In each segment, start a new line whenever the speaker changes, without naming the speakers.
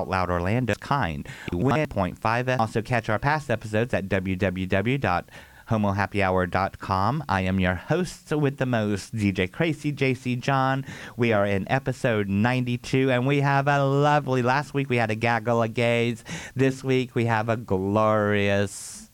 Out Loud Orlando kind. 1.5S. Also catch our past episodes at www.homohappyhour.com. I am your host with the most, DJ Crazy JC John. We are in episode 92 and we have a lovely last week we had a gaggle of gays. This week we have a glorious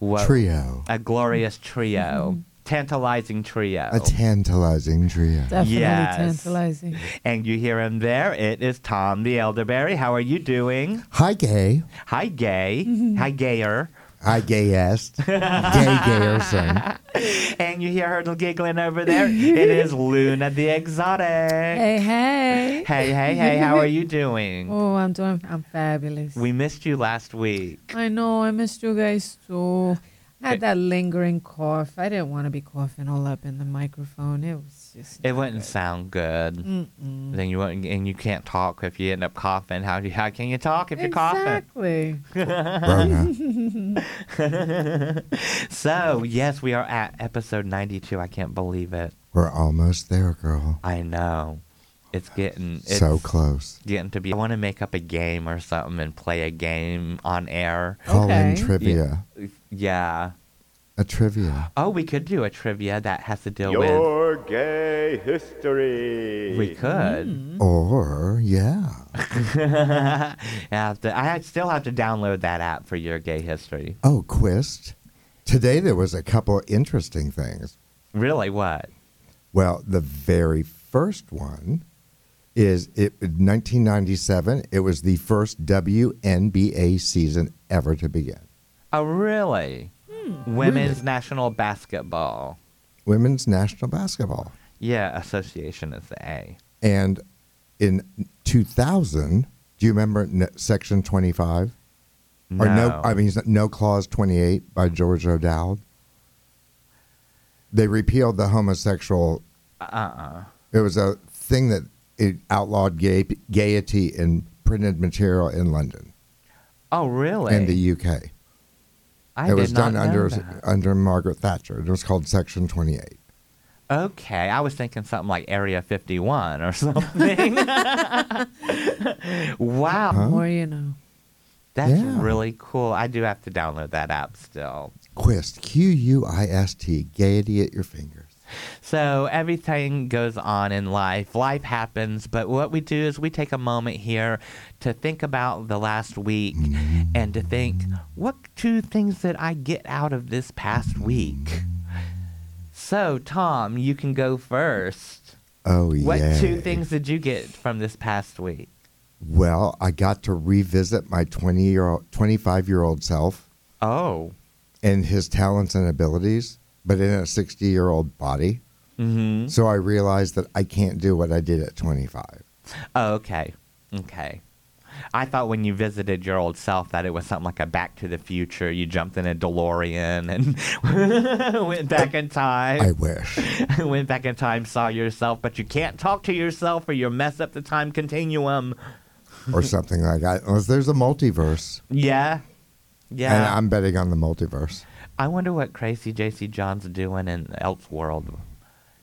whoa,
Trio. Mm-hmm.
a glorious trio. Tantalizing trio.
A tantalizing trio.
Definitely
Yes.
tantalizing.
and you hear him there. It is Tom the Elderberry. How are you doing?
Hi, gay.
Hi, gay.
Mm-hmm.
Hi, gayer.
I gay-est. gay gayerson.
And you hear her giggling over there. it is Luna the Exotic.
Hey, hey.
Hey, hey, hey, how are you doing?
Oh, I'm doing. I'm fabulous.
We missed you last week.
I know. I missed you guys too. I had that lingering cough. I didn't want to be coughing all up in the microphone. It was just.
It wouldn't sound good.
Mm-mm.
Then you wouldn't, and you can't talk if you end up coughing. How do you, how can you talk if you're coughing?
Exactly.
Rona.
So yes, we are at episode 92. I can't believe it.
We're almost there, girl.
I know. It's getting it's
so close.
getting to be. I want to make up a game or something and play a game on air.
Call in
Okay.
trivia.
Yeah.
A trivia.
Oh, we could do a trivia that has to deal with.
Your gay history.
We could.
Or, yeah.
I have to. I had- still have to download that app for your gay history.
Oh, Quist. Today there was a couple interesting things.
Really? What?
Well, the very first one is it 1997. It was the first WNBA season ever to begin.
Oh, really? Women's National Basketball.
Women's National Basketball.
Yeah, association is the A.
And in 2000, do you remember n- Section 25?
No.
Or no, I mean, no clause 28 by George O'Dowd. They repealed the homosexual.
uh-uh.
It was a thing that it outlawed gay, gaiety in printed material in London
Oh, really?
and the UK.
I
it was
did not
done
know
under
that.
under Margaret Thatcher. It was called Section 28.
Okay, I was thinking something like Area 51 or something. wow,
Huh?
More you know.
that's
Yeah.
really cool. I do have to download that app still.
Quist, Q U I S T, gaiety at your fingers.
So everything goes on in life. Life happens, but what we do is we take a moment here to think about the last week and to think what two things did I get out of this past week? So, Tom, you can go first.
Oh, yeah.
What two things did you get from this past week?
Well, I got to revisit my 20 year old, 25 year old self
Oh.
and his talents and abilities, but in a 60 year old body.
Mm-hmm.
So I realized that I can't do what I did at 25.
Oh, okay. Okay. I thought when you visited your old self that it was something like a Back to the Future. You jumped in a DeLorean and went back in
I
time.
wish.
went back in time, saw yourself, but you can't talk to yourself or you'll mess up the time continuum.
or something like that. Unless there's a multiverse.
Yeah.
And
Yeah.
I'm betting on the multiverse.
I wonder what crazy JC John's doing in the Elf world.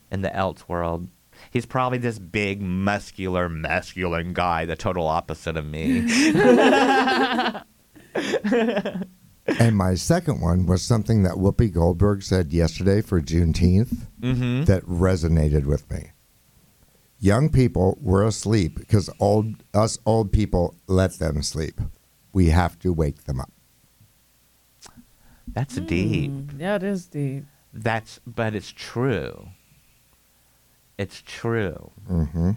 In the Elf world. He's probably this big, muscular, masculine guy, the total opposite of me.
and my second one was something that Whoopi Goldberg said yesterday for Juneteenth
mm-hmm.
that resonated with me. Young people were asleep because old us old people let them sleep. We have to wake them up.
That's deep.
Mm, yeah, it is deep.
That's but it's true. It's true.
Mm-hmm.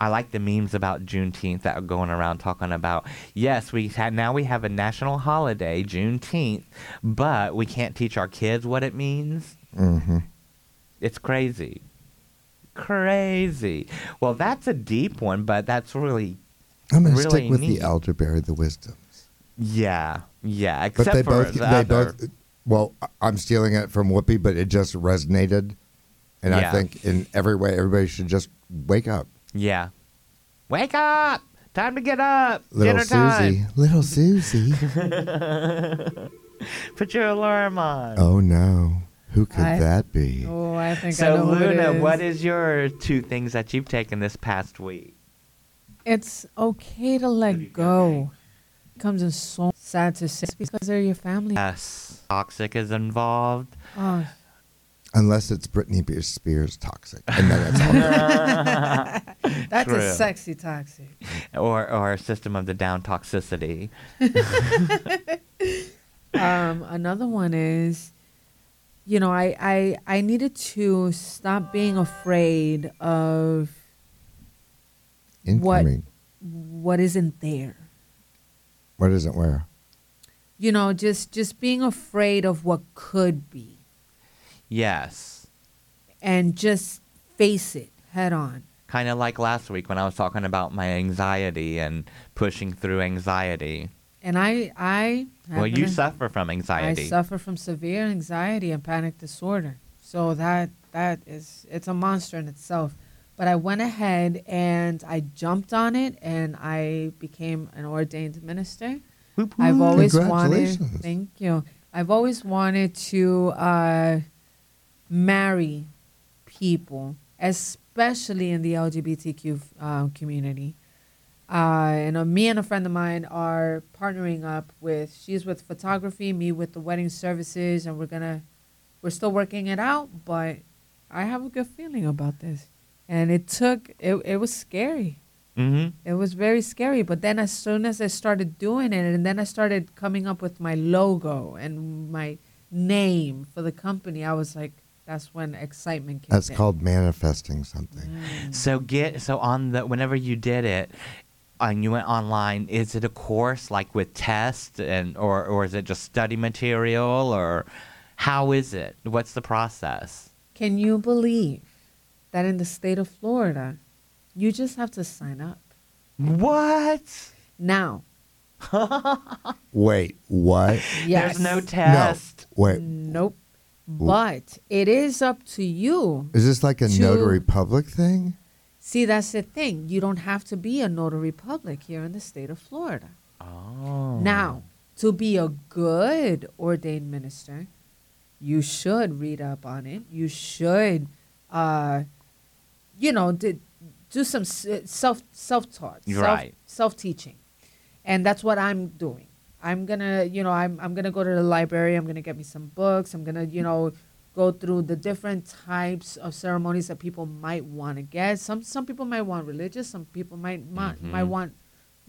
I like the memes about Juneteenth that are going around talking about yes, we ha- now we have a national holiday, Juneteenth, but we can't teach our kids what it means.
Mm-hmm.
It's crazy, crazy. Well, that's a deep one, but that's really
I'm going to
Really
stick with
neat.
the elderberry, the wisdoms.
yeah, yeah.
But
Except
they
for
both,
the
they
other.
both. Well, I- I'm stealing it from Whoopi, but it just resonated And I
Yeah.
think in every way, everybody should just wake up.
Yeah. Wake up! Time to get up.
Little
Dinner
Susie.
time.
Little Susie.
Put your alarm on.
oh, no. Who could
I-
that be?
Oh, I think I
so
know who
Luna,
it is.
what is your two things that you've taken this past week?
It's okay to let go. comes in so sad to say it's because they're your family.
Uh, Yes. Toxic is involved.
Oh,
Unless it's Britney Spears, Spears toxic. And then that's all.
that's
True.
a sexy toxic.
Or or system of the down toxicity.
um, another one is, you know, I, I I needed to stop being afraid of What?
Incoming.
what isn't there.
What isn't where?
You know, just just being afraid of what could be,
Yes.
and just face it head on.
Kind of like last week when I was talking about my anxiety and pushing through anxiety.
And I I
Well,
happen
you
to-
suffer from anxiety.
Mm-hmm. I suffer from severe anxiety and panic disorder. So that that is it's a monster in itself. But I went ahead and I jumped on it and I became an ordained minister.
Whoop,
I've always wanted
Congratulations.
thank you. I've always wanted to uh, marry people, especially in the LGBTQ uh, community. Uh, and uh, me and a friend of mine are partnering up with. She's with photography, me with the wedding services, and we're gonna. We're still working it out, but I have a good feeling about this. And it took. It it was scary.
Mm-hmm.
It was very scary. But then as soon as I started doing it, and then I started coming up with my logo and my name for the company, I was like, that's when excitement kicked
That's
in.
called manifesting something.
So get so on the whenever you did it and you went online, is it a course like with tests and or or is it just study material or how is it? What's the process?
Can you believe that in the state of Florida, you just have to sign up
What?
now?
Wait, what?
Yes.
There's no test.
No. Wait.
Nope. But it is up to you.
Is this like a
To-
notary public thing?
See, that's the thing. You don't have to be a notary public here in the state of Florida.
Oh.
Now, to be a good ordained minister, you should read up on it. You should, uh, you know, d- do some uh, self self taught,
You're right.
self teaching, and that's what I'm doing. I'm gonna, you know, I'm I'm gonna go to the library. I'm gonna get me some books. I'm gonna, you know, go through the different types of ceremonies that people might want to get. Some some people might want religious. Some people might might, might
Mm-hmm.
want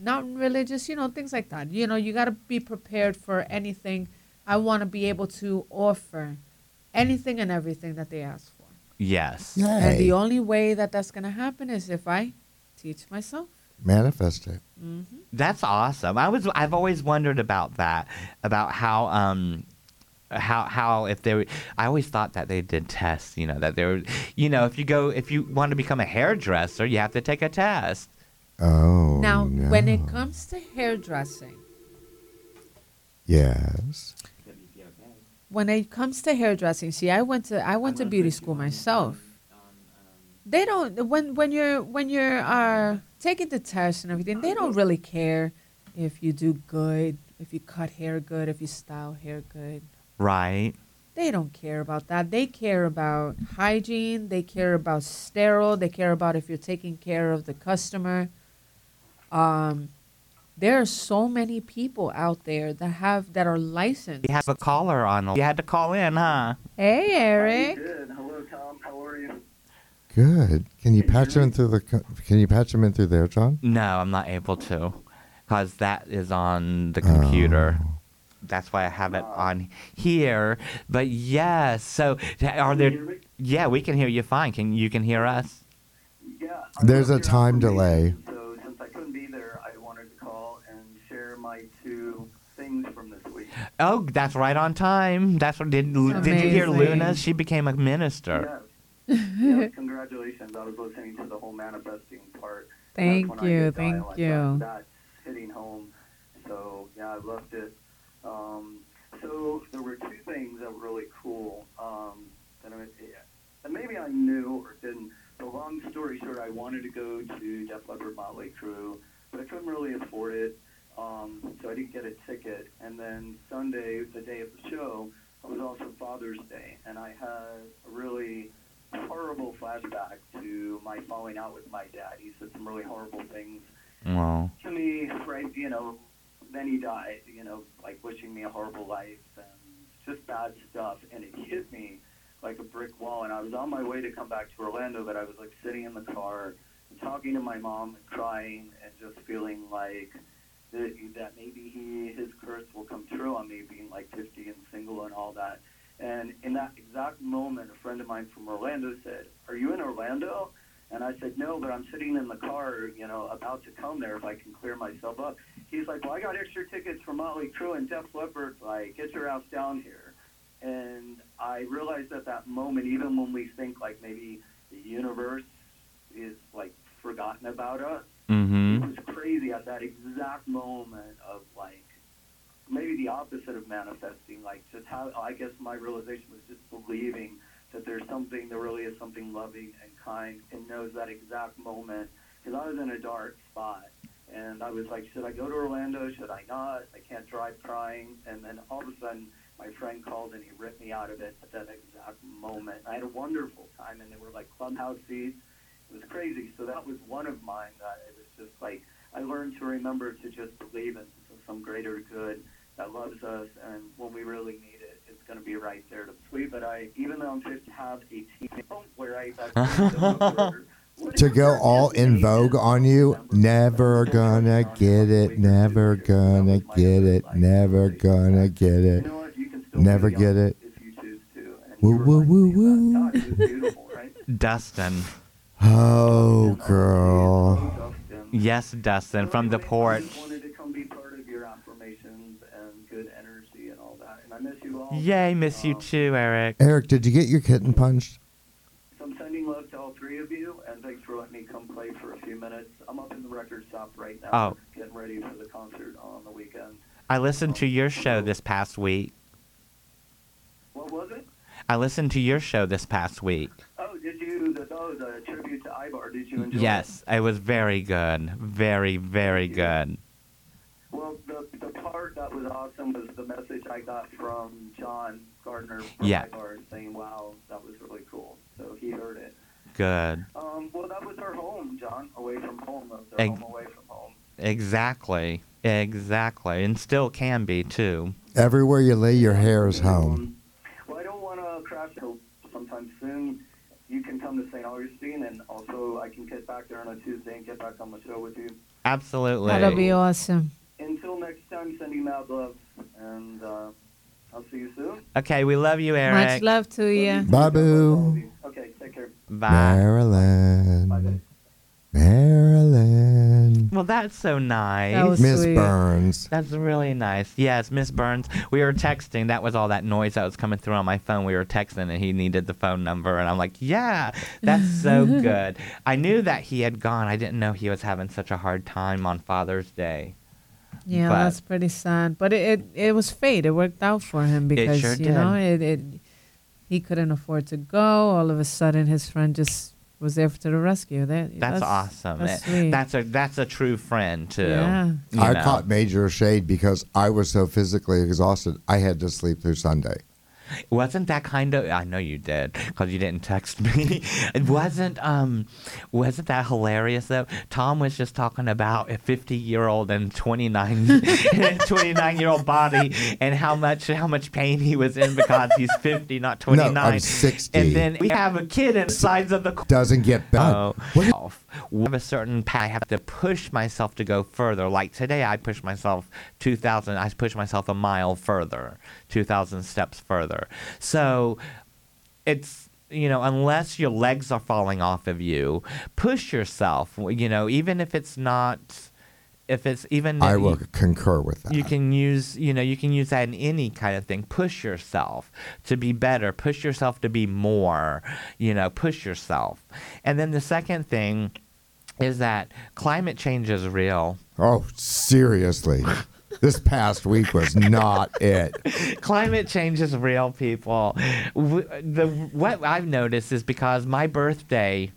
not religious, you know, things like that. You know, you got to be prepared for anything. I want to be able to offer anything and everything that they ask for.
Yes.
And
Yay.
the only way that that's going to happen is if I teach myself.
Manifest it.
That's awesome. I was I've always wondered about that, about how um how how if they were, I always thought that they did tests, you know, that they were you know, if you go if you want to become a hairdresser, you have to take a test.
Oh.
now, when it
no.
comes to hairdressing,
Yes.
when it comes to hairdressing, see, I went to I went to beauty school myself. They don't when when you're when you're uh, taking the test and everything, they don't really care if you do good, if you cut hair good, if you style hair good.
Right.
They don't care about that. They care about hygiene. They care about sterile. They care about if you're taking care of the customer. Um, there are so many people out there that have that are licensed.
We have a caller on. the- You had to call in, huh?
Hey, Eric.
Good. Hello, Tom. How are you?
Good. Can you patch them in through the? co- Can you patch them in through there, John?
No, I'm not able to, cause that is on the computer. That's why I have it on here. But yes, so t- are
hear
there?
me?
Yeah, we can hear you fine. Can you can hear us?
Yeah.
There's a
I'm here
time
on
delay.
vacation, So since I couldn't be there, I wanted to call and share my two things from this week.
Oh, that's right on time. That's what did Lu- did you hear
Amazing.
Luna? She became a minister.
Yes. yes. Congratulations. I was listening to the whole manifesting part.
Thank
That's when I
you,
did
thank
dial. I thought,
you.
That's hitting home. So yeah, I loved it. Um, so there were two things that were really cool. Um, that I, and maybe I knew or didn't. The long story short, I wanted to go to Def Leppard Motley Crue, but I couldn't really afford it, um, so I didn't get a ticket. And then Sunday, the day of the show, it was also Father's Day, and I had a really horrible flashback to my falling out with my dad. He said some really horrible things
Well,
to me, right, you know, then he died, you know, like wishing me a horrible life and just bad stuff. And it hit me like a brick wall. And I was on my way to come back to Orlando, but I was like sitting in the car and talking to my mom and crying and just feeling like that, that maybe he, his curse will come true on me being like 50 and single and all that. And in that exact moment, a friend of mine from Orlando said, Are you in Orlando? And I said, no, but I'm sitting in the car, you know, about to come there if I can clear myself up. He's like, well, I got extra tickets for Motley Crue and Def Leppard. Like, get your ass down here. And I realized at that moment, even when we think like maybe the universe is like forgotten about us,
mm-hmm.
it was crazy at that exact moment of like maybe the opposite of manifesting like just how i guess my realization was just believing that there's something there really is something loving and kind and knows that exact moment because i was in a dark spot and i was like should i go to orlando should i not i can't drive crying and then all of a sudden my friend called and he ripped me out of it at that exact moment i had a wonderful time and they were like clubhouse seats it was crazy. So that was one of mine that it was just like I learned to remember to just believe in some greater good that loves us, and when we really need it, it's going to be right there to sweet. But I, even though I'm 50, have a team where I
To go all in vogue on you, never gonna get it, never gonna get it, never gonna get
You
it.
know what? You can still be
Never
young
get it.
If you choose to. And
Woo,
you
woo,
remind
woo,
me of that.
woo.
God, it was beautiful, right?
Dustin.
Oh, girl.
Yes, Dustin from the
Anyway, I
porch.
just wanted to come be part of your affirmations and good energy and all that. And I miss you all.
Yay, miss you
Um,
too, Eric.
Eric, did you get your kitten punched?
So I'm sending love to all three of you, and thanks for letting me come play for a few minutes. I'm up in the record shop right now,
Oh.
getting ready for the concert on the weekend.
I listened to your show this past week.
What was it?
I listened to your show this past week.
Oh, did you? The, oh, the tribute to Ibar. Did you enjoy?
Yes, it was very good. Very, very good.
It? Well, the the part that was awesome was the message I got from John Gardner from
Yeah.
Ibar saying, "Wow, that was really cool." So he heard it.
Good.
Um, well, that was our home, John. Away from home. That was our
Ex-
home away from home.
Exactly. Exactly. And still can be, too.
Everywhere you lay your hair is home.
Well, I don't want to crash till sometime soon. You can come to St. Augustine, and also I can get back there on a Tuesday and get back on the show with you.
Absolutely.
That'll be awesome.
Until next time, sending mad love, and uh, I'll see you soon.
Okay, we love you, Eric.
Much love to you.
Bye, boo.
Okay, take care.
Bye.
Bye, babe.
Maryland. Maryland.
Well, that's so nice.
That was-
Miss
Sweet.
Burns.
That's really nice. Yes, Miss Burns. We were texting. That was all that noise that was coming through on my phone. We were texting, and he needed the phone number, and I'm like, "Yeah, that's so good." I knew that he had gone. I didn't know he was having such a hard time on Father's Day.
Yeah,
But-
that's pretty sad. But it, it it was fate. It worked out for him because
sure
you know it, it he couldn't afford to go. All of a sudden, his friend just was there to the rescue. That
That's, awesome.
That's
It-
sweet.
that's a that's a true friend too.
Yeah.
you
I
know.
caught major shade because I was so physically exhausted. I had to sleep through Sunday.
Wasn't that kind of? I know you did because you didn't text me. it wasn't. Um, wasn't that hilarious though? Tom was just talking about a fifty-year-old and twenty-nine, 29-year-old body and how much how much pain he was in because he's fifty, not
No,
twenty-nine.
I'm 60.
And then we have a kid in the size of the. c-
Doesn't get better.
Oh,
What-
off. We have a certain path. I have to push myself to go further. Like today, I pushed myself 2,000. I pushed myself a mile further, 2,000 steps further. So it's you know unless your legs are falling off of you, push yourself. You know even if it's not, if it's even
I will concur with that.
you can use you know you can use that in any kind of thing push yourself to be better push yourself to be more you know push yourself and then the second thing is that climate change is real
Oh, seriously. this past week was not it.
Climate change is real, people. W- The what I've noticed is because my birthday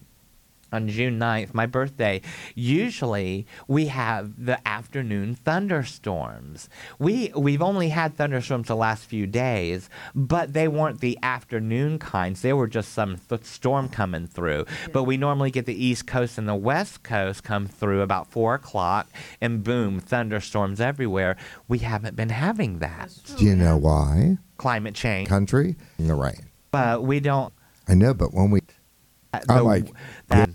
on June 9th, my birthday, usually we have the afternoon thunderstorms. We we've only had thunderstorms the last few days, but they weren't the afternoon kinds. They were just some th- storm coming through. But we normally get the East Coast and the West Coast come through about four o'clock, and boom, thunderstorms everywhere. We haven't been having that
Do you know why?
climate change,
Country in the rain.
but we don't. uh,
I know, but when we I
the-
like-
that,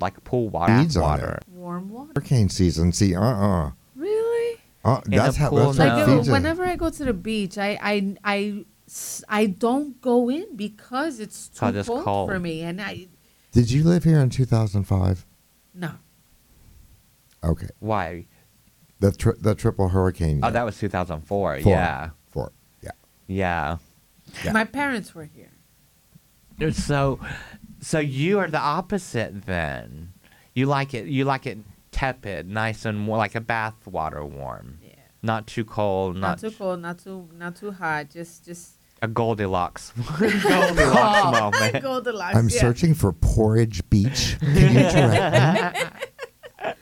like pool water,
Beads on it.
water.
Warm water.
hurricane season, see, uh, uh,
Really?
uh
In a
that's how
pool
that's
now. No.
how it
Like, you know,
feeds it.
whenever I go to the beach, I, I, I, s- I don't go in because it's too
Oh, that's
cold,
cold.
for me. And I,
Did you live here in 2005?
no.
Okay,
Why?
the tri- the triple hurricane.
Oh, that was 2004.
Four.
Yeah.
four. Yeah,
Yeah.
Yeah.
My parents were here.
So so you are the opposite then. You like it you like it tepid, nice and warm, like a bath water warm.
Yeah.
Not too cold,
Not,
not,
too cold, not too, not too hot. Just, just.
a Goldilocks,
Oh
Goldilocks moment.
Goldilocks.
I'm
yeah.
searching for Porridge Beach. Can you direct me?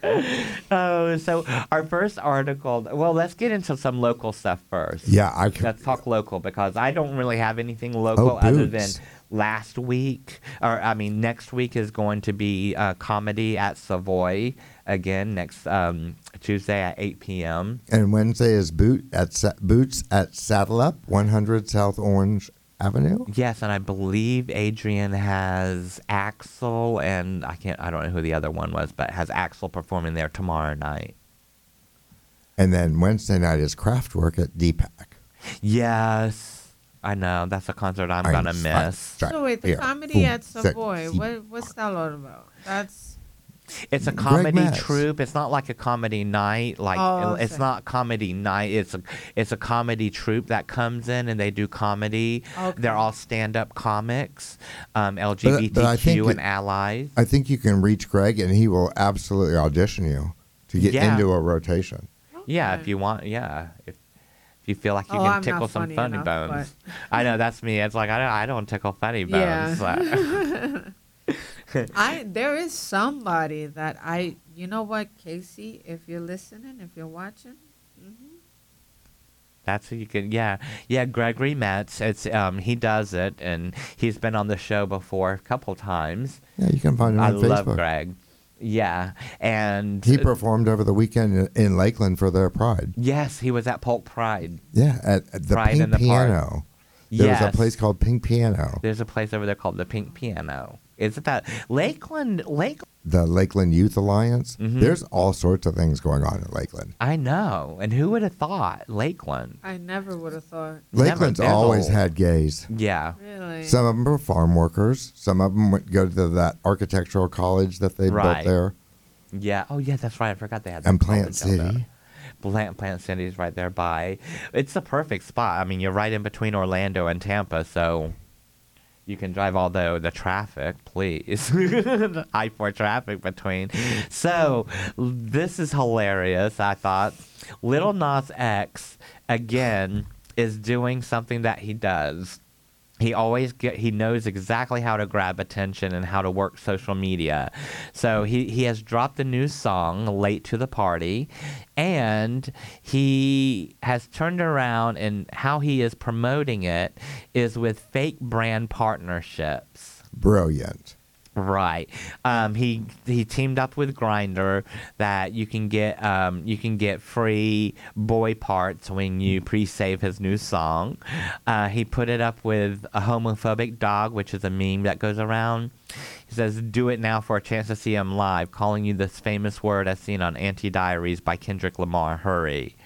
Oh, so our first article. Well, let's get into some local stuff first.
Yeah, I can.
Let's talk local because I don't really have anything local
Oh,
other than
boots.
last week, or I mean, next week is going to be uh, comedy at Savoy again next um, Tuesday at 8 p.m.
And Wednesday is boot at Sa- Boots at Saddle Up, 100 South Orange Avenue.
Yes, and I believe Adrian has Axel, and I can't, I don't know who the other one was, but has Axel performing there tomorrow night.
And then Wednesday night is Craftwork at Deepak.
Yes, I know that's a concert I'm
I
gonna
am fine.
miss.
Sorry.
So wait, the
Here.
comedy
Boom.
at
Set.
Savoy.
See.
What, what's that all about? That's
It's a
Greg
comedy
Mads.
troupe. It's not like a comedy night. Like
Oh,
it- it's
okay.
not comedy night. It's a it's a comedy troupe that comes in and they do comedy.
Okay.
They're all stand up comics, um, LGBTQ
but I think
and
it-
allies.
I think you can reach Greg, and he will absolutely audition you to get
Yeah.
into a rotation.
Yeah, if
Okay.
you want. Yeah, if if you feel like you
Oh,
can
I'm not
tickle some
funny
funny
enough,
bones. I know that's me. It's like I don't I don't tickle funny
Yeah.
bones. so.
I. There is somebody that I. You know what, Casey? If you're listening, if you're watching, hmm
That's who you can. Yeah, yeah. Gregory Metz. It's um he does it, and he's been on the show before a couple times.
Yeah, you can find him
I
on
love
Facebook.
Greg. Yeah, and
He performed over the weekend in, in Lakeland for their Pride.
yes, he was at Polk Pride.
Yeah, at, at the
Pride
Pink
in the Park.
Piano. There
yes.
was a place called Pink Piano,
There's a place over there called the Pink Piano. Is it that Lakeland? Lake.
the Lakeland Youth Alliance.
Mhm.
There's all sorts of things going on in Lakeland.
I know. And who would have thought Lakeland?
I never would have thought.
Never.
Lakeland's
There's a
always
whole-
had gays.
Yeah.
Really?
Some of them are farm workers. Some of them would go to that architectural college that they
Right.
built there.
Yeah. Oh yeah, that's right. I forgot they had. that
And Plant
college out there.
City.
Plant Plant City is right there by. It's the perfect spot. I mean, you're right in between Orlando and Tampa, so you can drive. Although the traffic, please, I four traffic between. So this is hilarious. I thought Little Nas X again is doing something that he does he always get he knows exactly how to grab attention and how to work social media so he, he has dropped a new song late to the party and he has turned around and how he is promoting it is with fake brand partnerships
Brilliant.
Right. Um, he he teamed up with Grinder that you can get um, you can get free boy parts when you pre-save his new song. Uh, he put it up with a homophobic dog, which is a meme that goes around. He says, "Do it now for a chance to see him live." Calling you this famous word as seen on Anti Diaries by Kendrick Lamar. Hurry!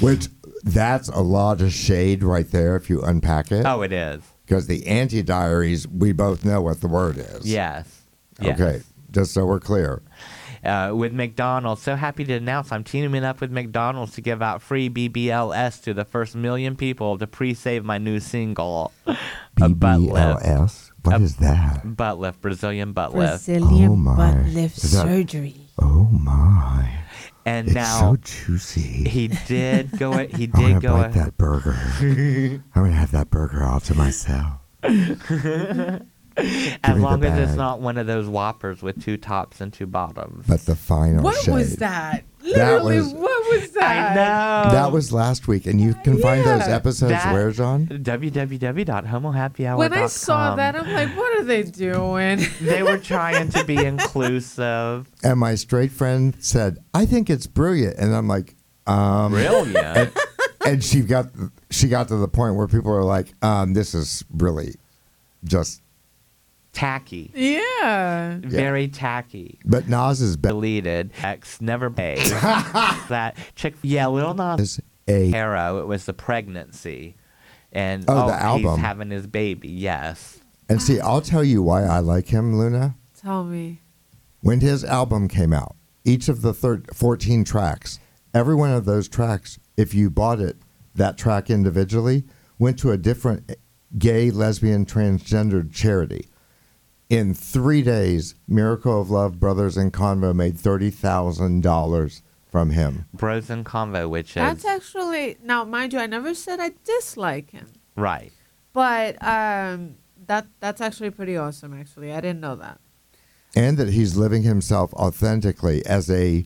Which that's a lot of shade right there if you unpack it.
Oh, it is.
Because the anti diaries, we both know what the word is.
Yes. Yes.
Okay. Just so we're clear.
uh, with McDonald's. So happy to announce I'm teaming up with McDonald's to give out free BBLS to the first million people to pre-save my new single, a butt lift,
BBLS. What is that?
butt lift, Brazilian butt lift.
Brazilian
Oh, my.
butt lift
Is that-
surgery.
Oh my.
and
It's
now
so juicy.
he did go. a- He
I want
did
to
go.
bite
a-
that burger. I want to have that burger all to myself.
As
me the
long as it's
bag.
not one of those whoppers with two tops and two bottoms.
But the final
What
shade.
was that? Literally,
was-
what was
I
that?
know.
That was last week, and you can find those
Yeah.
episodes
That-
where, John?
www.homohappyhour.com.
When I saw that, I'm like, what are they doing?
they were trying to be inclusive.
And my straight friend said, I think it's brilliant. And I'm like, um,
Brilliant.
and she got she got to the point where people are like, um, this is really just,
tacky.
yeah.
Very tacky.
but Nas is better.
Deleted. X never paid. that chick. Yeah, Lil Nas
Is a
Arrow. It was the pregnancy, and
Oh, the
he's
album.
having his baby. Yes.
and see, I'll tell you why I like him, Luna.
Tell me.
When his album came out, each of the thir 14 tracks, every one of those tracks, if you bought it, that track individually went to a different eh, gay, lesbian, transgendered charity. In three days, Miracle of Love Brothers and Convo made $30,000 from him.
Bros and Convo, which is
That's actually now, mind you, I never said I dislike him,
right.
but um, that that's actually pretty awesome. Actually, I didn't know that.
And that he's living himself authentically as a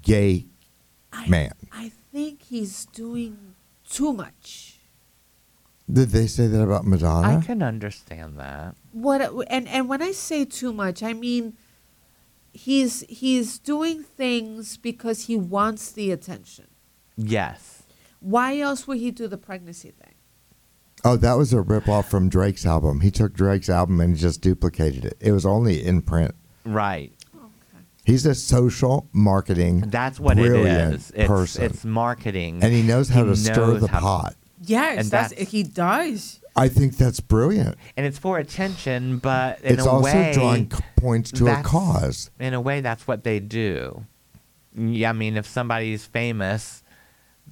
gay man.
I think he's doing too much.
Did they say that about Madonna?
I can understand that.
What and and when I say too much, I mean he's he's doing things because he wants the attention.
Yes.
Why else would he do the pregnancy thing?
Oh, that was a ripoff from Drake's album. He took Drake's album and just duplicated it. It was only in print.
Right.
He's a social marketing.
That's what
brilliant
it is. It's,
person,
it's marketing.
and he knows how
he
to stir
knows
the
how to-
pot.
Yes,
And
that's,
that's-
he does.
I think that's brilliant.
and it's for attention, but in
it's
a
also
way,
drawing c- points to a
that's-
cause.
in a way, that's what they do. Yeah, I mean, if somebody's famous,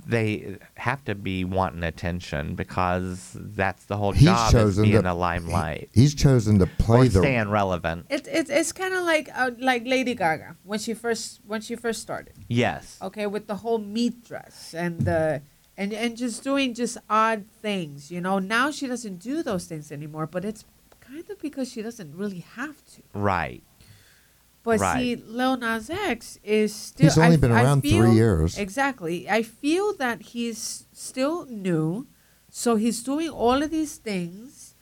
they have to be wanting attention because that's the whole
He's
job is
chosen
being in
to-
the limelight
He's chosen to play
or
the
staying relevant.
It, it, it's kind of like uh, like Lady Gaga when she first when she first started.
Yes,
Okay, with the whole meat dress and the and and just doing just odd things. You know, now she doesn't do those things anymore, but it's kind of because she doesn't really have to.
right.
But
Right.
see, Lil Nas X is still.
He's only been
I
around three
feel-
years.
Exactly. I feel that he's still new, so he's doing all of these things,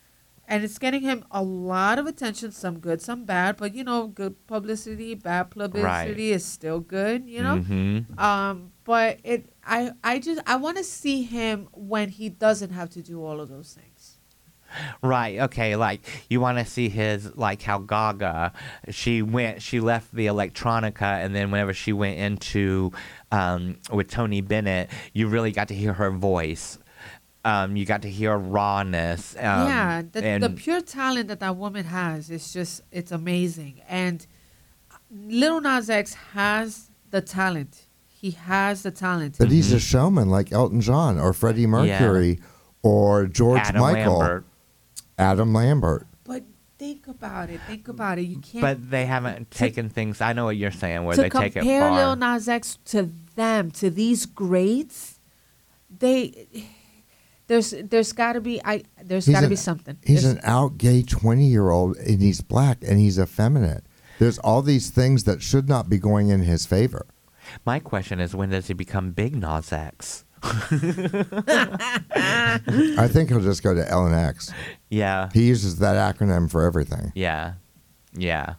and it's getting him a lot of attention. Some good, some bad. But you know, good publicity, bad publicity is still good. You know.
hmm
Um, but it, I, I just, I want to see him when he doesn't have to do all of those things.
Right. Okay. Like you want to see his like how Gaga, she went, she left the electronica, and then whenever she went into um, with Tony Bennett, you really got to hear her voice. Um, you got to hear rawness. Um,
yeah, the, the
and-
pure talent that that woman has is just it's amazing. And Little Nas X has the talent. He has the talent.
But he's
Mm-hmm.
a showman like Elton John or Freddie Mercury or George
Adam
Michael,
Lambert,
Adam Lambert.
but think about it. Think about it. You can't.
Mm, but they haven't taken things. I know what you're saying, where
to
they take it
compare
far.
Lil Nas X to them, to these greats, they there's there's got to be I there's
He's
got to
an-
be something.
He's
There's-
an out gay 20 year old and he's black and he's effeminate. There's all these things that should not be going in his favor.
My question is, when does he become Big Nas X?
I think he'll just go to LNX.
Yeah.
He uses that acronym for everything.
Yeah. Yeah.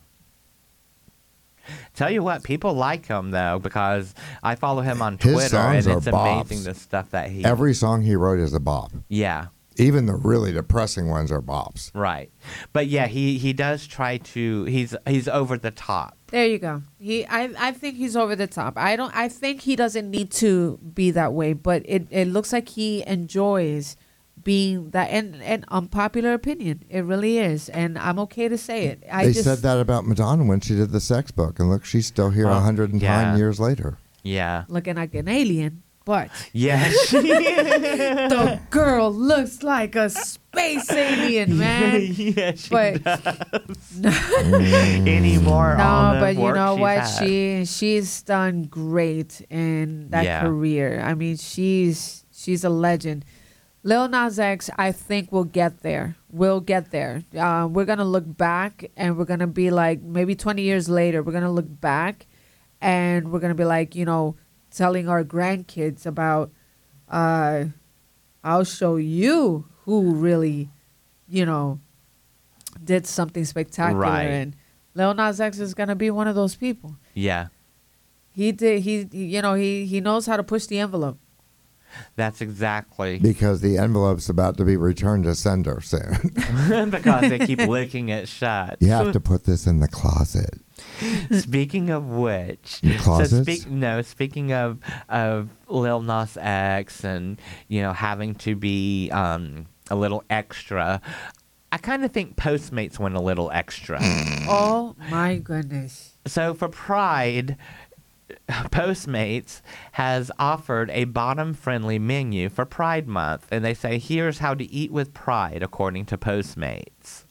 Tell you what, people like him though because I follow him on
His
Twitter
songs
and
are
it's
bops.
amazing the stuff that he
Every song he wrote is a bop.
Yeah,
Even the really depressing ones are bops.
right. But yeah, he he does try to he's he's over the top.
There you go. He, I, I think he's over the top. I don't. I think he doesn't need to be that way, but it, it looks like he enjoys being that. And an unpopular opinion, it really is, and I'm okay to say it. I
they
just,
said that about Madonna when she did the sex book. And look, she's still here a
Oh,
109
yeah.
years later.
Yeah.
looking like an alien, but
Yes, she is.
the girl looks like a space alien, man.
yeah, she
But-
does. Anymore.
No,
all the
but you
work
know
she's
what?
had.
She she's done great in that
Yeah.
career. I mean, she's she's a legend. Lil Nas X, I think will get there. We'll get there. Uh, we're gonna look back, and we're gonna be like, maybe twenty years later, we're gonna look back, and we're gonna be like, you know, telling our grandkids about, uh, I'll show you who really, you know, did something spectacular.
Right.
And Lil Nas X is gonna be one of those people.
Yeah,
He did. He, he- you know, he he knows how to push the envelope.
that's exactly
because the envelope's about to be returned to sender soon.
because they keep licking it shut.
you have to put this in the closet.
Speaking of which,
Your
so
closets?
speak no. Speaking of of Lil Nas X and you know having to be um, a little extra, I kind of think Postmates went a little extra.
Oh my goodness!
so for Pride, Postmates has offered a bottom friendly menu for Pride Month, and they say here's how to eat with pride according to Postmates.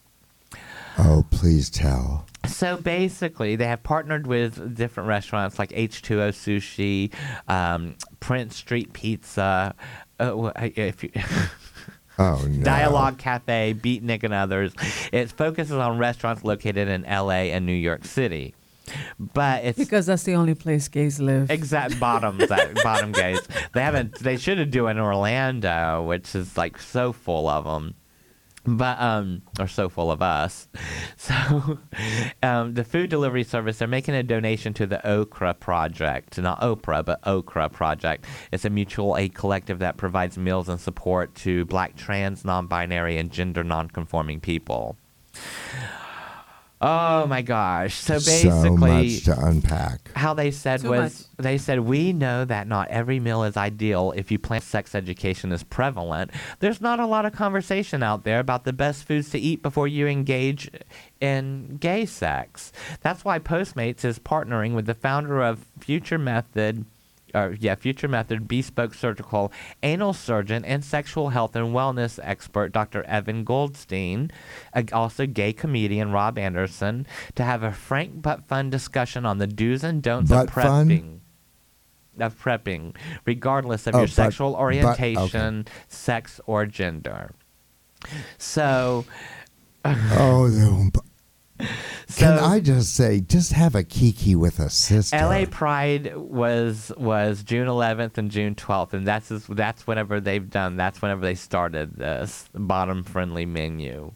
Oh, please tell.
So basically, they have partnered with different restaurants like H2O Sushi, um, Prince Street Pizza, uh, wh- I- if you,
Oh no.
Dialogue Cafe, Beatnik, and others. It focuses on restaurants located in LA and New York City. But it's
Because that's the only place gays live.
exact bottoms at bottom gates. They haven't. They should have do in Orlando, which is like so full of them. But um, are so full of us. So, um, the food delivery service they're making a donation to the Okra Project, not Oprah, but Okra Project. It's a mutual aid collective that provides meals and support to Black, trans, non-binary, and gender non-conforming people. Oh my gosh! So basically,
so much to unpack.
how they said
Too
was they said we know that not every meal is ideal if you plan sex education is prevalent there's not a lot of conversation out there about the best foods to eat before you engage in gay sex that's why postmates is partnering with the founder of future method or yeah, Future Method bespoke surgical anal surgeon and sexual health and wellness expert Dr. Evan Goldstein, uh, also gay comedian Rob Anderson, to have a frank but fun discussion on the do's and don'ts of
But fun?
prepping. Of prepping, regardless of
Oh,
your
but-
sexual
but- okay.
orientation, sex, or gender. So,
Oh, the-
so
can I uh, just say, just have a kiki with a sister.
LA Pride was was June 11th and June 12th, and that's is, that's whenever they've done. That's whenever they started this bottom friendly menu.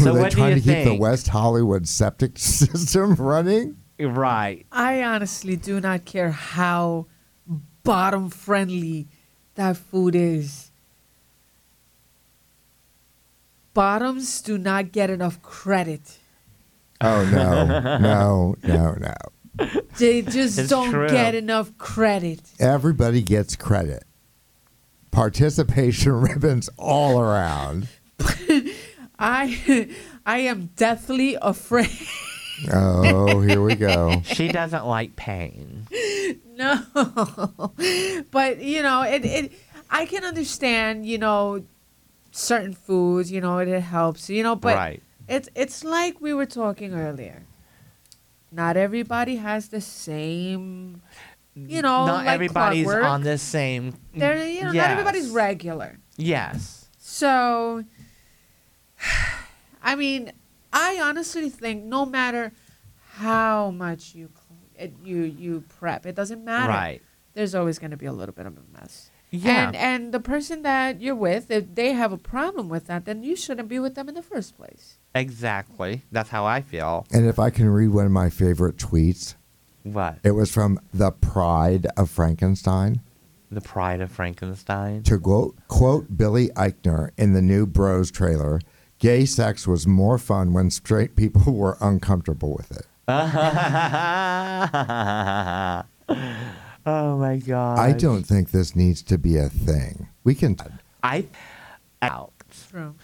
So
Are they
what do
trying
you
to keep
think?
the West Hollywood septic system running?
Right.
I honestly do not care how bottom friendly that food is. Bottoms do not get enough credit.
Oh no, no, no, no.
They just
It's
don't
true.
get enough credit.
Everybody gets credit. Participation ribbons all around.
I I am deathly afraid.
Oh, here we go.
She doesn't like pain.
No, but you know, it, it. I can understand, you know, certain foods. You know, it, it helps. You know, but
right.
it's it's like we were talking earlier. Not everybody has the same. You know,
not
like
everybody's
clockwork.
on the same.
They're, you know, not everybody's
Yes.
regular.
Yes.
So, I mean, I honestly think no matter how much you cl- it- you you prep, it doesn't matter.
Right.
There's always going to be a little bit of a mess.
Yeah.
And and the person that you're with, if they have a problem with that, then you shouldn't be with them in the first place.
exactly. That's how I feel.
And if I can read one of my favorite tweets,
What?
it was from The Pride of Frankenstein.
The pride of Frankenstein.
To quote, quote Billy Eichner in the new Bros trailer, gay sex was more fun when straight people were uncomfortable with it.
oh my god.
I don't think this needs to be a thing. We can.
I out.
True.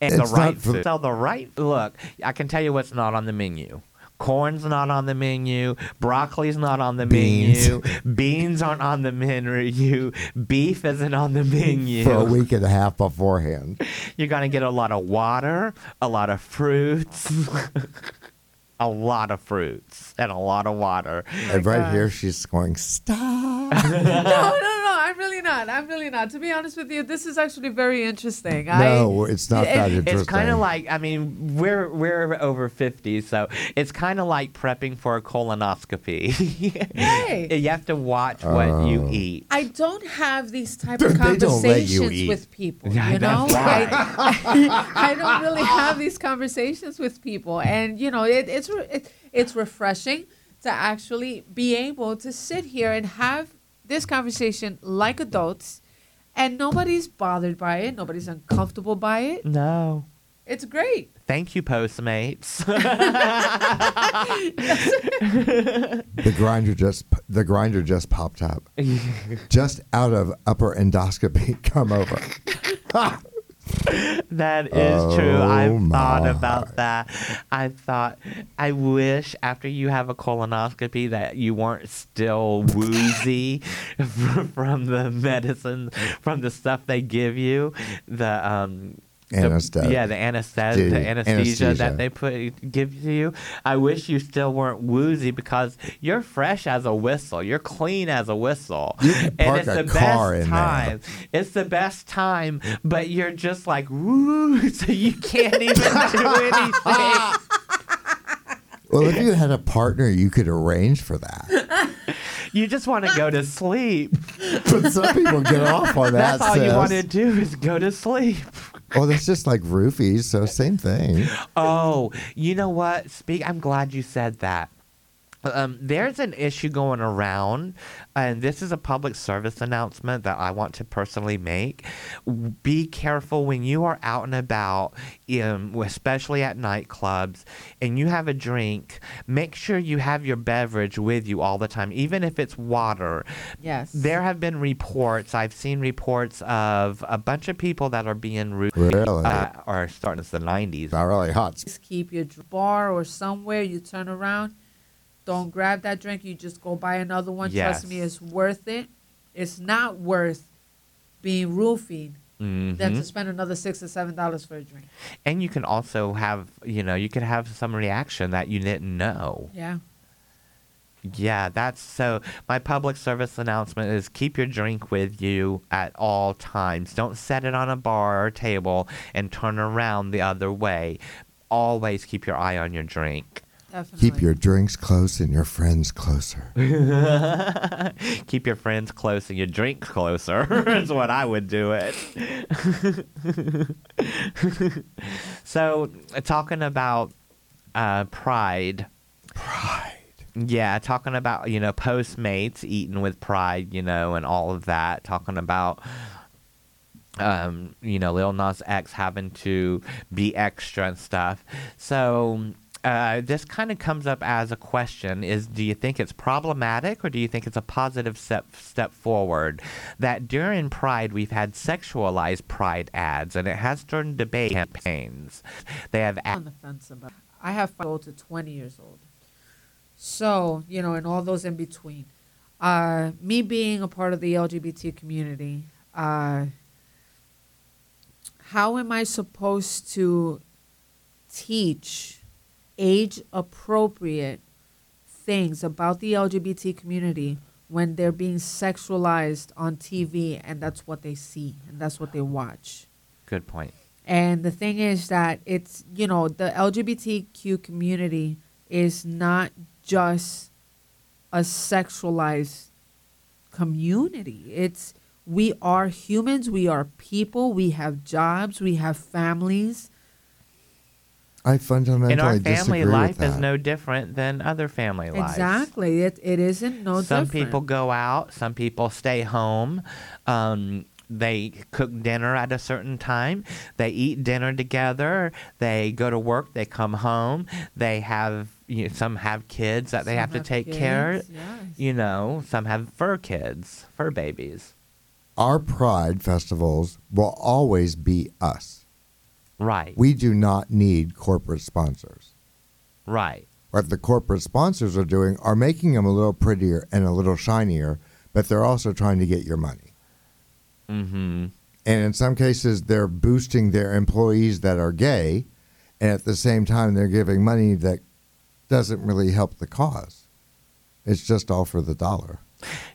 And
It's
the right
not for-
food. Sell the right. Look, I can tell you what's not on the menu. Corn's not on the menu. Broccoli's not on the
Beans.
menu. Beans aren't on the menu. Beef isn't on the menu.
for a week and a half beforehand.
You're gonna get a lot of water, a lot of fruits, a lot of fruits, and a lot of water.
and right
gosh.
here, she's going, stop.
no, no, no. I'm really not. I'm really not. To be honest with you, this is actually very interesting. I,
no, it's not
It-
that interesting.
it's kind of like I mean we're we're over fifty, so it's kind of like prepping for a colonoscopy.
Right.
you have to watch what you
Oh.
eat.
I don't have these type of
They don't let you
conversations
eat.
with people.
Yeah,
you know,
that's
I, I don't really have these conversations with people, and you know, it, it's re- it, it's refreshing to actually be able to sit here and have this conversation like adults, and nobody's bothered by it, nobody's uncomfortable by it.
No,
It's great.
thank you, Postmates.
the grinder just the grinder just popped up, just out of upper endoscopy. Come over.
That is true. I've
Oh,
thought
my.
about that. I thought, I wish after you have a colonoscopy that you weren't still woozy fr- from the medicine, from the stuff they give you, the um. the-
Anesthetic.
yeah, the anesthetic, the
Dude,
anesthesia, that
anesthesia.
they put give to you. I wish you still weren't woozy because you're fresh as a whistle. You're clean as a whistle,
You can
and
park
it's
a
the
car
best
in there.
time. It's the best time, but you're just like woo, so you can't even do anything.
Well, if you had a partner, you could arrange for that.
You just want to go to sleep.
But some people get off on that.
That's all you
sis.
want to do is go to sleep.
Well, that's just like roofies, so same thing.
Oh, you know what? Speak. I'm glad you said that. Um, there's an issue going around, and this is a public service announcement that I want to personally make. W- Be careful when you are out and about, um, especially at nightclubs, and you have a drink. Make sure you have your beverage with you all the time, even if it's water.
Yes.
There have been reports. I've seen reports of a bunch of people that are being rude,
Really?
uh, or starting since the 90s.
Not really hot.
Just keep your dr- bar or somewhere you turn around. Don't grab that drink. You just go buy another one.
Yes.
Trust me, it's worth it. It's not worth being roofied than
Mhm.
to spend another six or seven dollars for a drink.
And you can also have, you know, you can have some reaction that you didn't know.
Yeah.
Yeah, that's so. My public service announcement is keep your drink with you at all times. Don't set it on a bar or table and turn around the other way. Always keep your eye on your drink.
Definitely.
Keep your drinks close and your friends closer.
keep your friends close and your drink closer is what I would do it. so, talking about uh, pride. Yeah, talking about, you know, Postmates eating with pride, you know, and all of that. Talking about, um, you know, Lil Nas X having to be extra and stuff. So, uh, this kind of comes up as a question is do you think it's problematic or do you think it's a positive step, step forward that during pride we've had sexualized pride ads and it has turned debate campaigns they have ad-
on the fence about. I have five old to twenty years old, so you know, and all those in between. Uh, me being a part of the LGBT community, uh, how am I supposed to teach age-appropriate things about the LGBT community when they're being sexualized on TV and that's what they see and that's what they watch?
good point
And the thing is that it's, you know, the LGBTQ community is not just a sexualized community. It's, we are humans, we are people, we have jobs, we have families.
I fundamentally
and our
disagree
family
with
life is
that.
no different than other family lives
Exactly. It, it isn't no
some
different.
people go out, some people stay home. Um, they cook dinner at a certain time. They eat dinner together. They go to work. They come home. They have you know, some have kids that they
Some
have to
have
take care.
kids, yes.
You know, some have fur kids, fur babies.
Our pride festivals will always be us.
Right.
We do not need corporate sponsors.
right.
what the corporate sponsors are doing are making them a little prettier and a little shinier, but they're also trying to get your money.
Mm-hmm.
And in some cases, they're boosting their employees that are gay, and at the same time, they're giving money that doesn't really help the cause. It's just all for the dollar.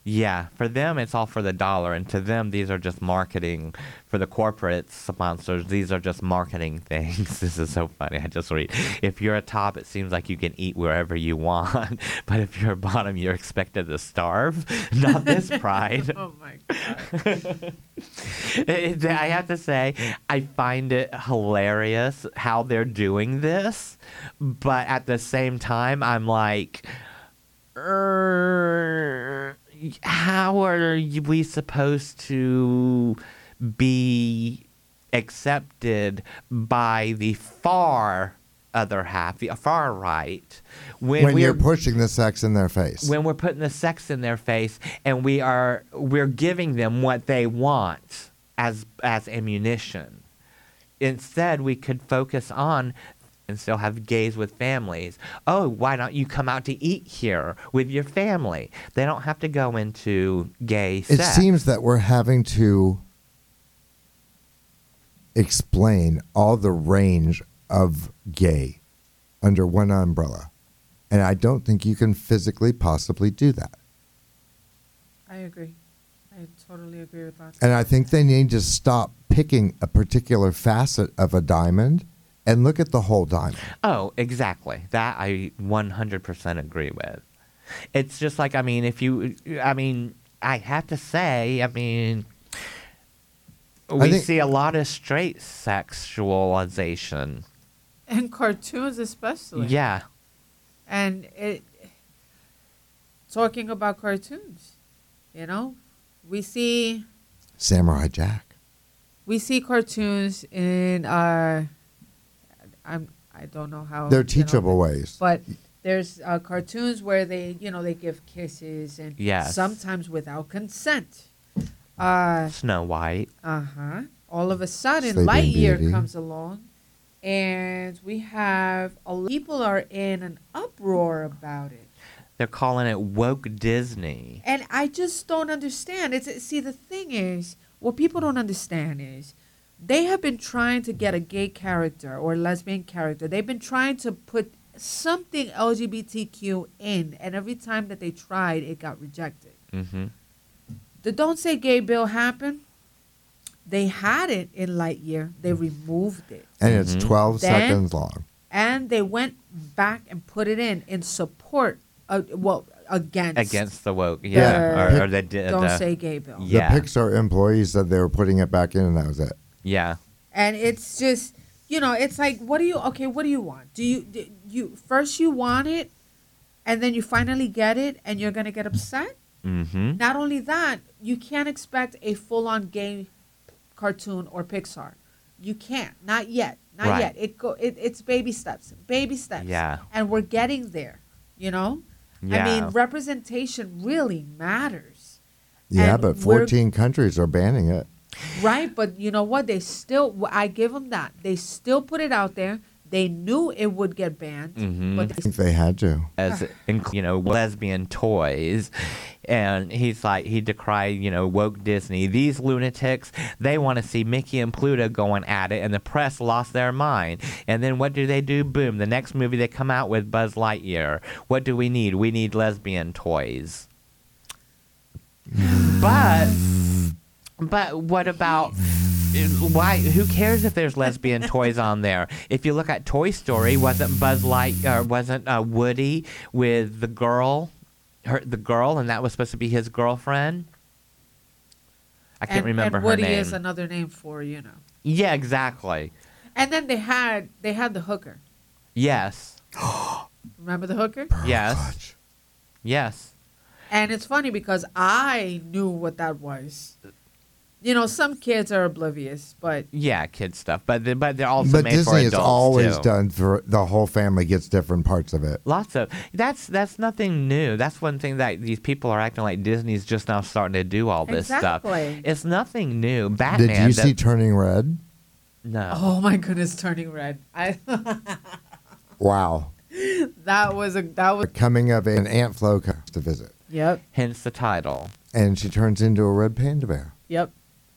Yeah, for them it's all for the dollar, and to them these are just marketing. For the corporate sponsors, these are just marketing things. this is so funny. I just read. If you're a top, it seems like you can eat wherever you want, but if you're a bottom, you're expected to starve. Not this pride.
Oh my god.
It- I have to say, I find it hilarious how they're doing this, but at the same time, I'm like, "Er, how are y- we supposed to be accepted by the far other half, the far right, when,
When you're
we're-
pushing the sex in their face.
when we're putting the sex in their face and we are we're giving them what they want as as ammunition instead we could focus on and still have gays with families oh why don't you come out to eat here with your family they don't have to go into gay
it
sex
seems that we're having to explain all the range of gay under one umbrella. And I don't think you can physically possibly do that.
I agree. I totally agree with that.
And I think they need to stop picking a particular facet of a diamond and look at the whole diamond.
Oh, exactly. That I 100% agree with. It's just like, I mean, if you, I mean, I have to say, I mean, we
think-
see a lot of straight sexualization.
And cartoons especially.
Yeah.
And it talking about cartoons, you know? We see
Samurai Jack.
we see cartoons in our I'm I don't know how
Oh,
They're
you know,
teachable ways.
but there's uh, cartoons where they you know they give kisses and
Yes.
sometimes without consent uh
Snow White.
uh-huh all of a sudden
Sleeping
lightyear
Beauty.
comes along and we have a lot people are in an uproar about it
They're calling it woke Disney.
and i just don't understand it's see the thing is what people don't understand is they have been trying to get a gay character or lesbian character they've been trying to put something lgbtq in and every time that they tried it got rejected
Mm-hmm.
the don't say gay bill happened they had it in lightyear they removed it
And it's
Mm-hmm.
12
Then-
seconds long.
and they went back and put it in in support of well against
Against the woke.
Yeah.
Yeah. Or, or the, di-
don't
the-
say gay bill
Yeah.
The Pixar employees said they were putting it back in, and that was it.
Yeah.
and it's just you know it's like what do you okay what do you want do you do you first you want it and then you finally get it and you're gonna get upset
Mm-hmm.
not only that you can't expect a full-on gay cartoon or pixar you can't not yet not
Right.
yet it go it, it's baby steps baby steps
Yeah.
and we're getting there you know
Yeah.
i mean representation really matters
Yeah,
And
but
we're-
14 countries are banning it.
Right, but you know what? They still, wh- I give them that. They still put it out there. They knew it would get banned,
Mhm.
but
I
they,
think they had to.
as in, you know lesbian toys and he's like he decried you know woke disney these lunatics they want to see mickey and pluto going at it and the press lost their mind and then what do they do boom the next movie they come out with buzz lightyear what do we need we need lesbian toys but but what about why? Who cares if there's lesbian toys on there? If you look at Toy Story, wasn't Buzz Light or wasn't uh, Woody with the girl, her the girl, and that was supposed to be his girlfriend? I can't
and,
remember
and
her
Woody
name.
is another name for you know.
yeah, exactly.
And then they had they had the hooker.
Yes,
Remember the hooker?
Oh,
yes, yes.
And it's funny because I knew what that was. You know, some kids are oblivious, but
Yeah, kid stuff, but the, but they're also
But
made for
Disney
adults
has always
too.
done for the whole family gets different parts of it.
Lots of that's that's nothing new. That's one thing that these people are acting like Disney's just now starting to do all this
Exactly.
stuff. It's nothing new. Batman.
Did you
that-
see Turning Red?
no.
oh my goodness, turning red. I
Wow.
that was a that was
Coming of an Aunt Flo comes to visit,
yep
hence the title.
and she turns into a red panda bear
yep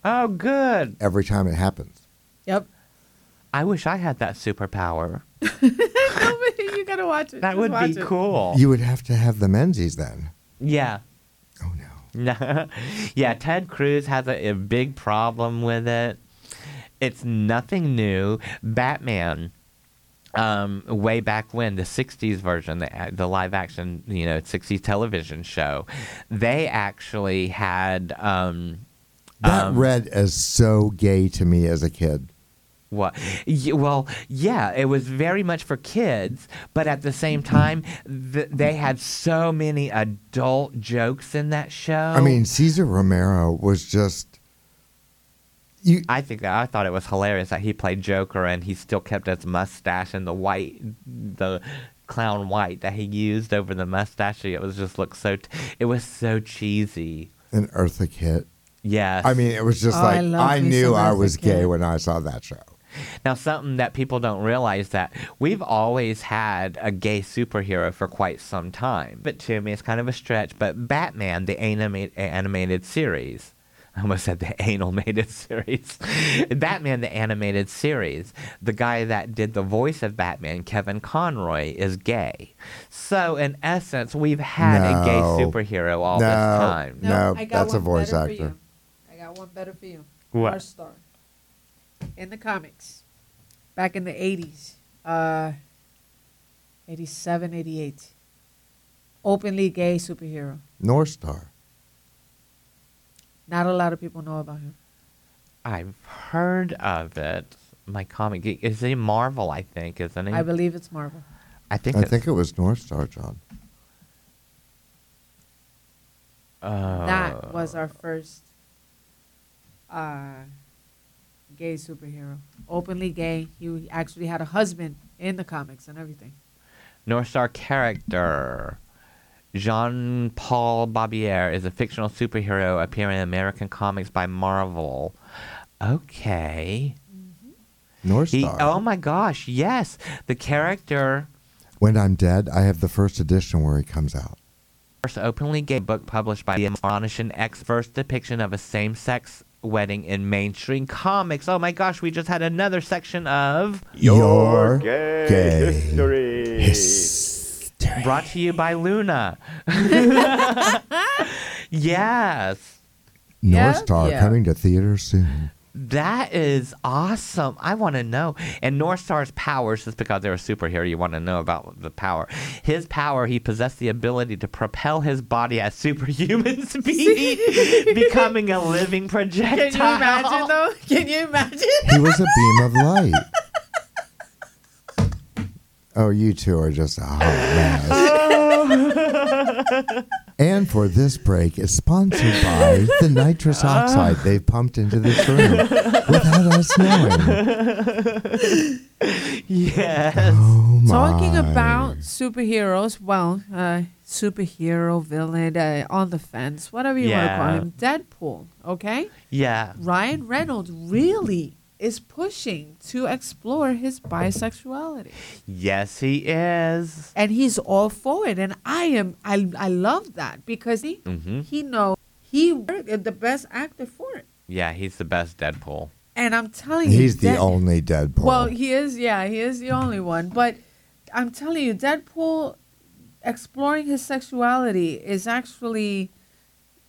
Oh, good.
every time it happens.
yep.
I wish I had that superpower.
you gotta watch it.
That
Just
would
watch
be
it.
cool.
You would have to have the Menzies then.
yeah.
Oh no.
yeah, Ted Cruz has a, a big problem with it. It's nothing new. Batman, um, way back when the '60s version, the, the live action, you know, '60s television show, they actually had um,
That
Um,
red is so gay to me as a kid.
What? Y- well, yeah, it was very much for kids, but at the same time, th- they had so many adult jokes in that show.
Oh.
I mean, Caesar Romero was just you.
I think that I thought it was hilarious that he played Joker and he still kept his mustache and the white, the clown white that he used over the mustache. It was just looked so. T- it was so cheesy.
An Eartha Kitt.
Yes.
I mean, it was just
Oh, I
like
love
I
me
knew
some
I
Eartha
was gay
Kitt.
when I saw that show.
Now, something that people don't realize that we've always had a gay superhero for quite some time. But to me, it's kind of a stretch. But Batman, the anima- animated series, I almost said the animated series. Batman, the animated series. The guy that did the voice of Batman, Kevin Conroy, is gay. So, in essence, we've had a gay
No.
superhero all
No.
this time.
No.
I got
that's a
one
voice
better for
actor.
you. I got one better for you.
What?
North Star. In the comics, back in the 80s, uh, 87, 88, openly gay superhero.
North Star.
Not a lot of people know about him.
I've heard of it. My comic geek is he Marvel, I think, isn't he?
I believe it's Marvel.
I think
I
it's-
think it was North Star, John.
Oh. Uh,
that was our first uh, gay superhero. Openly gay. He actually had a husband in the comics and everything.
North Star character. Jean Paul Barbier is a fictional superhero appearing in American comics by Marvel. Okay.
North
He,
Star.
oh my gosh, yes. The character
When I'm dead, I have the first edition where he comes out.
first openly gay book published by the Astonishing X first depiction of a same sex wedding in mainstream comics. Oh my gosh, we just had another section of
Your
Gay,
gay
history.
brought to you by Luna. yes.
North
Yeah?
Star
Yeah.
coming to theaters soon.
That is awesome. I want to know. And North Star's powers, just because they're a superhero, you want to know about the power. His power, he possessed the ability to propel his body at superhuman speed, becoming a living projectile.
Can you imagine though? Can you imagine?
He was a beam of light. Oh, you two are just a hot mess.
Oh.
and for this break is sponsored by the nitrous oxide they've pumped into this room without us knowing.
Yes.
Oh my.
Talking about superheroes, well, uh, superhero, villain, uh, on the fence, whatever you
Yeah.
want to call him, Deadpool, okay?
Yeah.
Ryan Reynolds really is pushing to explore his bisexuality.
Yes, he is.
And he's all for it. And I am, I, I love that because he,
Mm-hmm.
Mhm.
he knows he worked at the best actor for it.
Yeah, he's the best Deadpool.
And I'm telling you,
He's the
that-
only Deadpool.
Well, he is, yeah, he is the only one. But I'm telling you, Deadpool exploring his sexuality is actually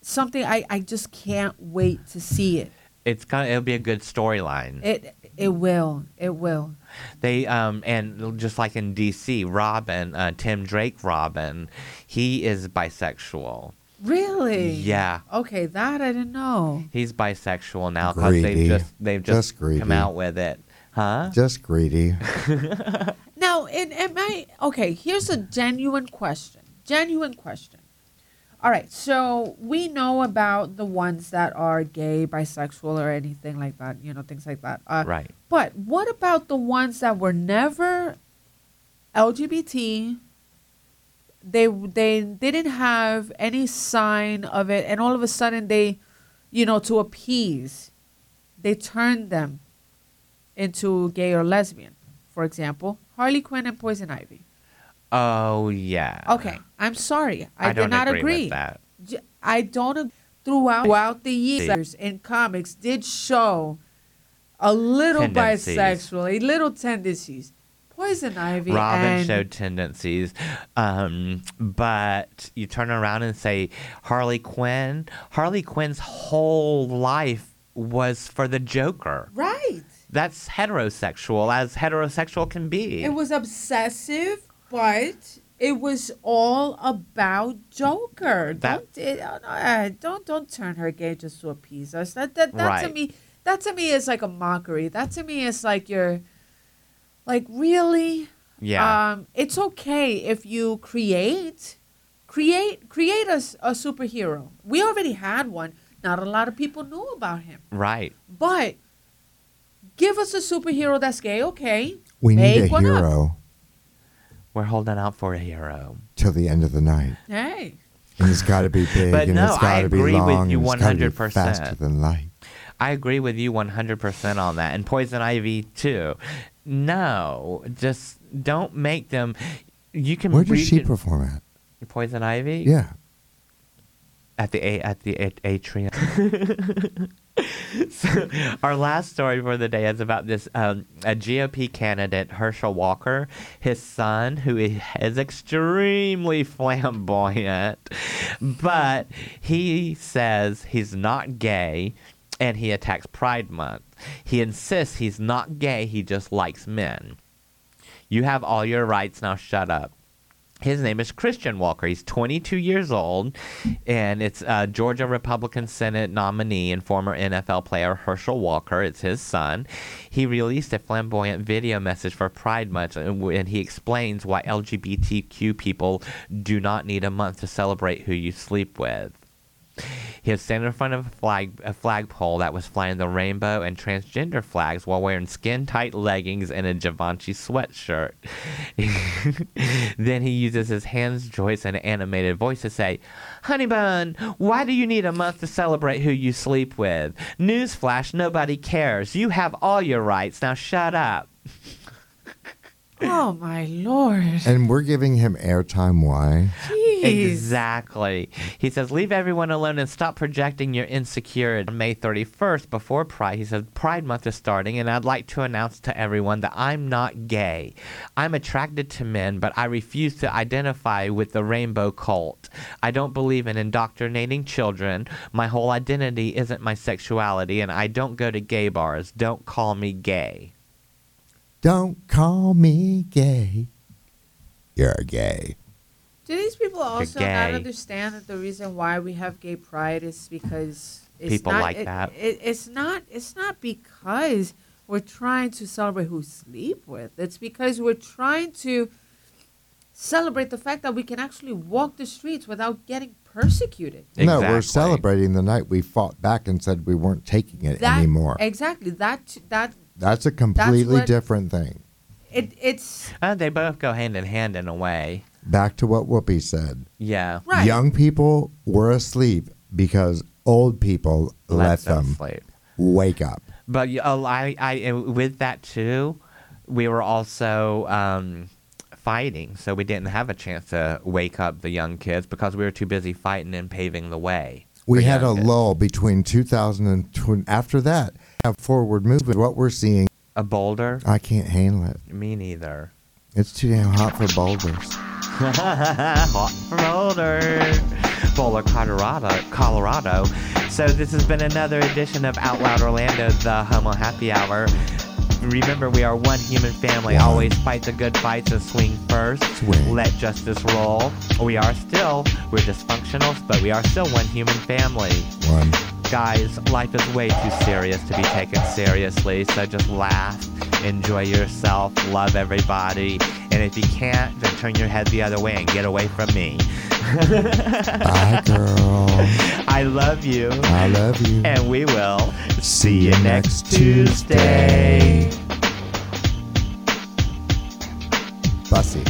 something I, I just can't wait to see it.
It's gonna. It'll be a good storyline.
It it will. It will.
They um and just like in DC, Robin, uh, Tim Drake, Robin, he is bisexual.
Really?
Yeah.
Okay, that I didn't know.
He's bisexual now because
Greedy.
they've just they've just,
Just greedy.
come out with it, huh?
just greedy.
Now, it am I okay, here's a genuine question. Genuine question. All right, so we know about the ones that are gay, bisexual, or anything like that, you know, things like that. Uh,
Right.
But what about the ones that were never LGBT? They they didn't have any sign of it, and all of a sudden they, you know, to appease, they turned them into gay or lesbian. For example, Harley Quinn and Poison Ivy.
Oh yeah.
Okay, I'm sorry. I,
don't
did not
agree,
agree.
with that.
J- I don't ag- throughout throughout the years in comics did show a little
Tendencies.
bisexual, a little tendencies. Poison Ivy
Robin
and
showed tendencies, um, but you turn around and say Harley Quinn. Harley Quinn's whole life was for the Joker.
right.
That's heterosexual, as heterosexual can be.
It was obsessive, but it was all about Joker.
That-
don't, it, oh, no, eh, don't don't turn her gay just to appease us. That that, that to
Right.
me that to me is like a mockery. That to me is like you're like really
yeah.
Um, it's okay if you create, create, create a, s- a superhero. We already had one. Not a lot of people knew about him,
right.
but give us a superhero that's gay. Okay,
We need
Make
a
one up.
hero
We're holding out for a hero.
till the end of the night.
hey,
And it's got to be big
But
and
no,
it's
I
got to be
agree with
long
you
and it's gotta be
100%.
faster than light.
I agree with you 100% on that. And Poison Ivy, too. No, just don't make them. You can
Where does
you
she
can-
perform at?
Poison Ivy?
Yeah.
At the a- at the a- atrium. so our last story for the day is about this um, a GOP candidate, Herschel Walker, his son, who is extremely flamboyant, but he says he's not gay, and he attacks Pride Month. He insists he's not gay; he just likes men. You have all your rights now. Shut up. His name is Christian Walker. He's 22 years old, and it's uh, Georgia Republican Senate nominee and former NFL player Herschel Walker. It's his son. He released a flamboyant video message for Pride Month, and w- and he explains why LGBTQ people do not need a month to celebrate who you sleep with. He was standing in front of a flag a flagpole that was flying the rainbow and transgender flags while wearing skin tight leggings and a Givenchy sweatshirt. then he uses his hands, voice, and animated voice to say, "Honey bun, why do you need a month to celebrate who you sleep with? Newsflash, nobody cares. You have all your rights. Now shut up."
oh my lord,
And we're giving him airtime. Why?
jeez,
Exactly. He says, leave everyone alone and stop projecting your insecurity. On May 31st, before Pride, he says, Pride Month is starting, and I'd like to announce to everyone that I'm not gay. I'm attracted to men, but I refuse to identify with the rainbow cult. I don't believe in indoctrinating children. My whole identity isn't my sexuality, and I don't go to gay bars. Don't call me gay.
Don't call me gay. You're gay.
Do these people also not
gay.
understand that the reason why we have gay pride is because it's
People
not,
like
it-
that.
It, it's not. It's not because we're trying to celebrate who we sleep with. It's because we're trying to celebrate the fact that we can actually walk the streets without getting persecuted.
No, we're
Exactly.
celebrating the night we fought back and said we weren't taking it
That-
anymore.
Exactly. That that
That's a completely
what-
different thing.
it it's
Uh, they both go hand in hand in a way.
Back to what Whoopi said.
Yeah.
right.
Young people were asleep because old people let,
Let them
them
sleep.
wake up.
But y- oh, I, I, and with that too, we were also um, fighting, so we didn't have a chance to wake up the young kids because we were too busy fighting and paving the way.
We
for
had a
young kids.
lull between 2000 and tw- after that. A forward movement. What we're seeing,
A boulder?
I can't handle it.
Me neither.
It's too damn hot for boulders.
Hot for Boulder. Boulder, Colorado. Colorado. So this has been another edition of Out Loud Orlando, the Homo Happy Hour. Remember, we are one human family.
Wow.
Always fight the good fights and swing first.
Swing.
Let justice roll. We are still, we're dysfunctional, but we are still one human family.
One.
Guys, life is way too serious to be taken seriously, so just laugh, enjoy yourself, love everybody, and if you can't, then turn your head the other way and get away from me.
Bye, girl.
I love you,
I love you.
and we will
See you next Tuesday. Bussy.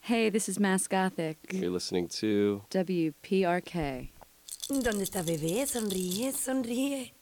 Hey, this is Mass Gothic.
You're listening to
WPRK.
¿Dónde está bebé? Sonríe, sonríe.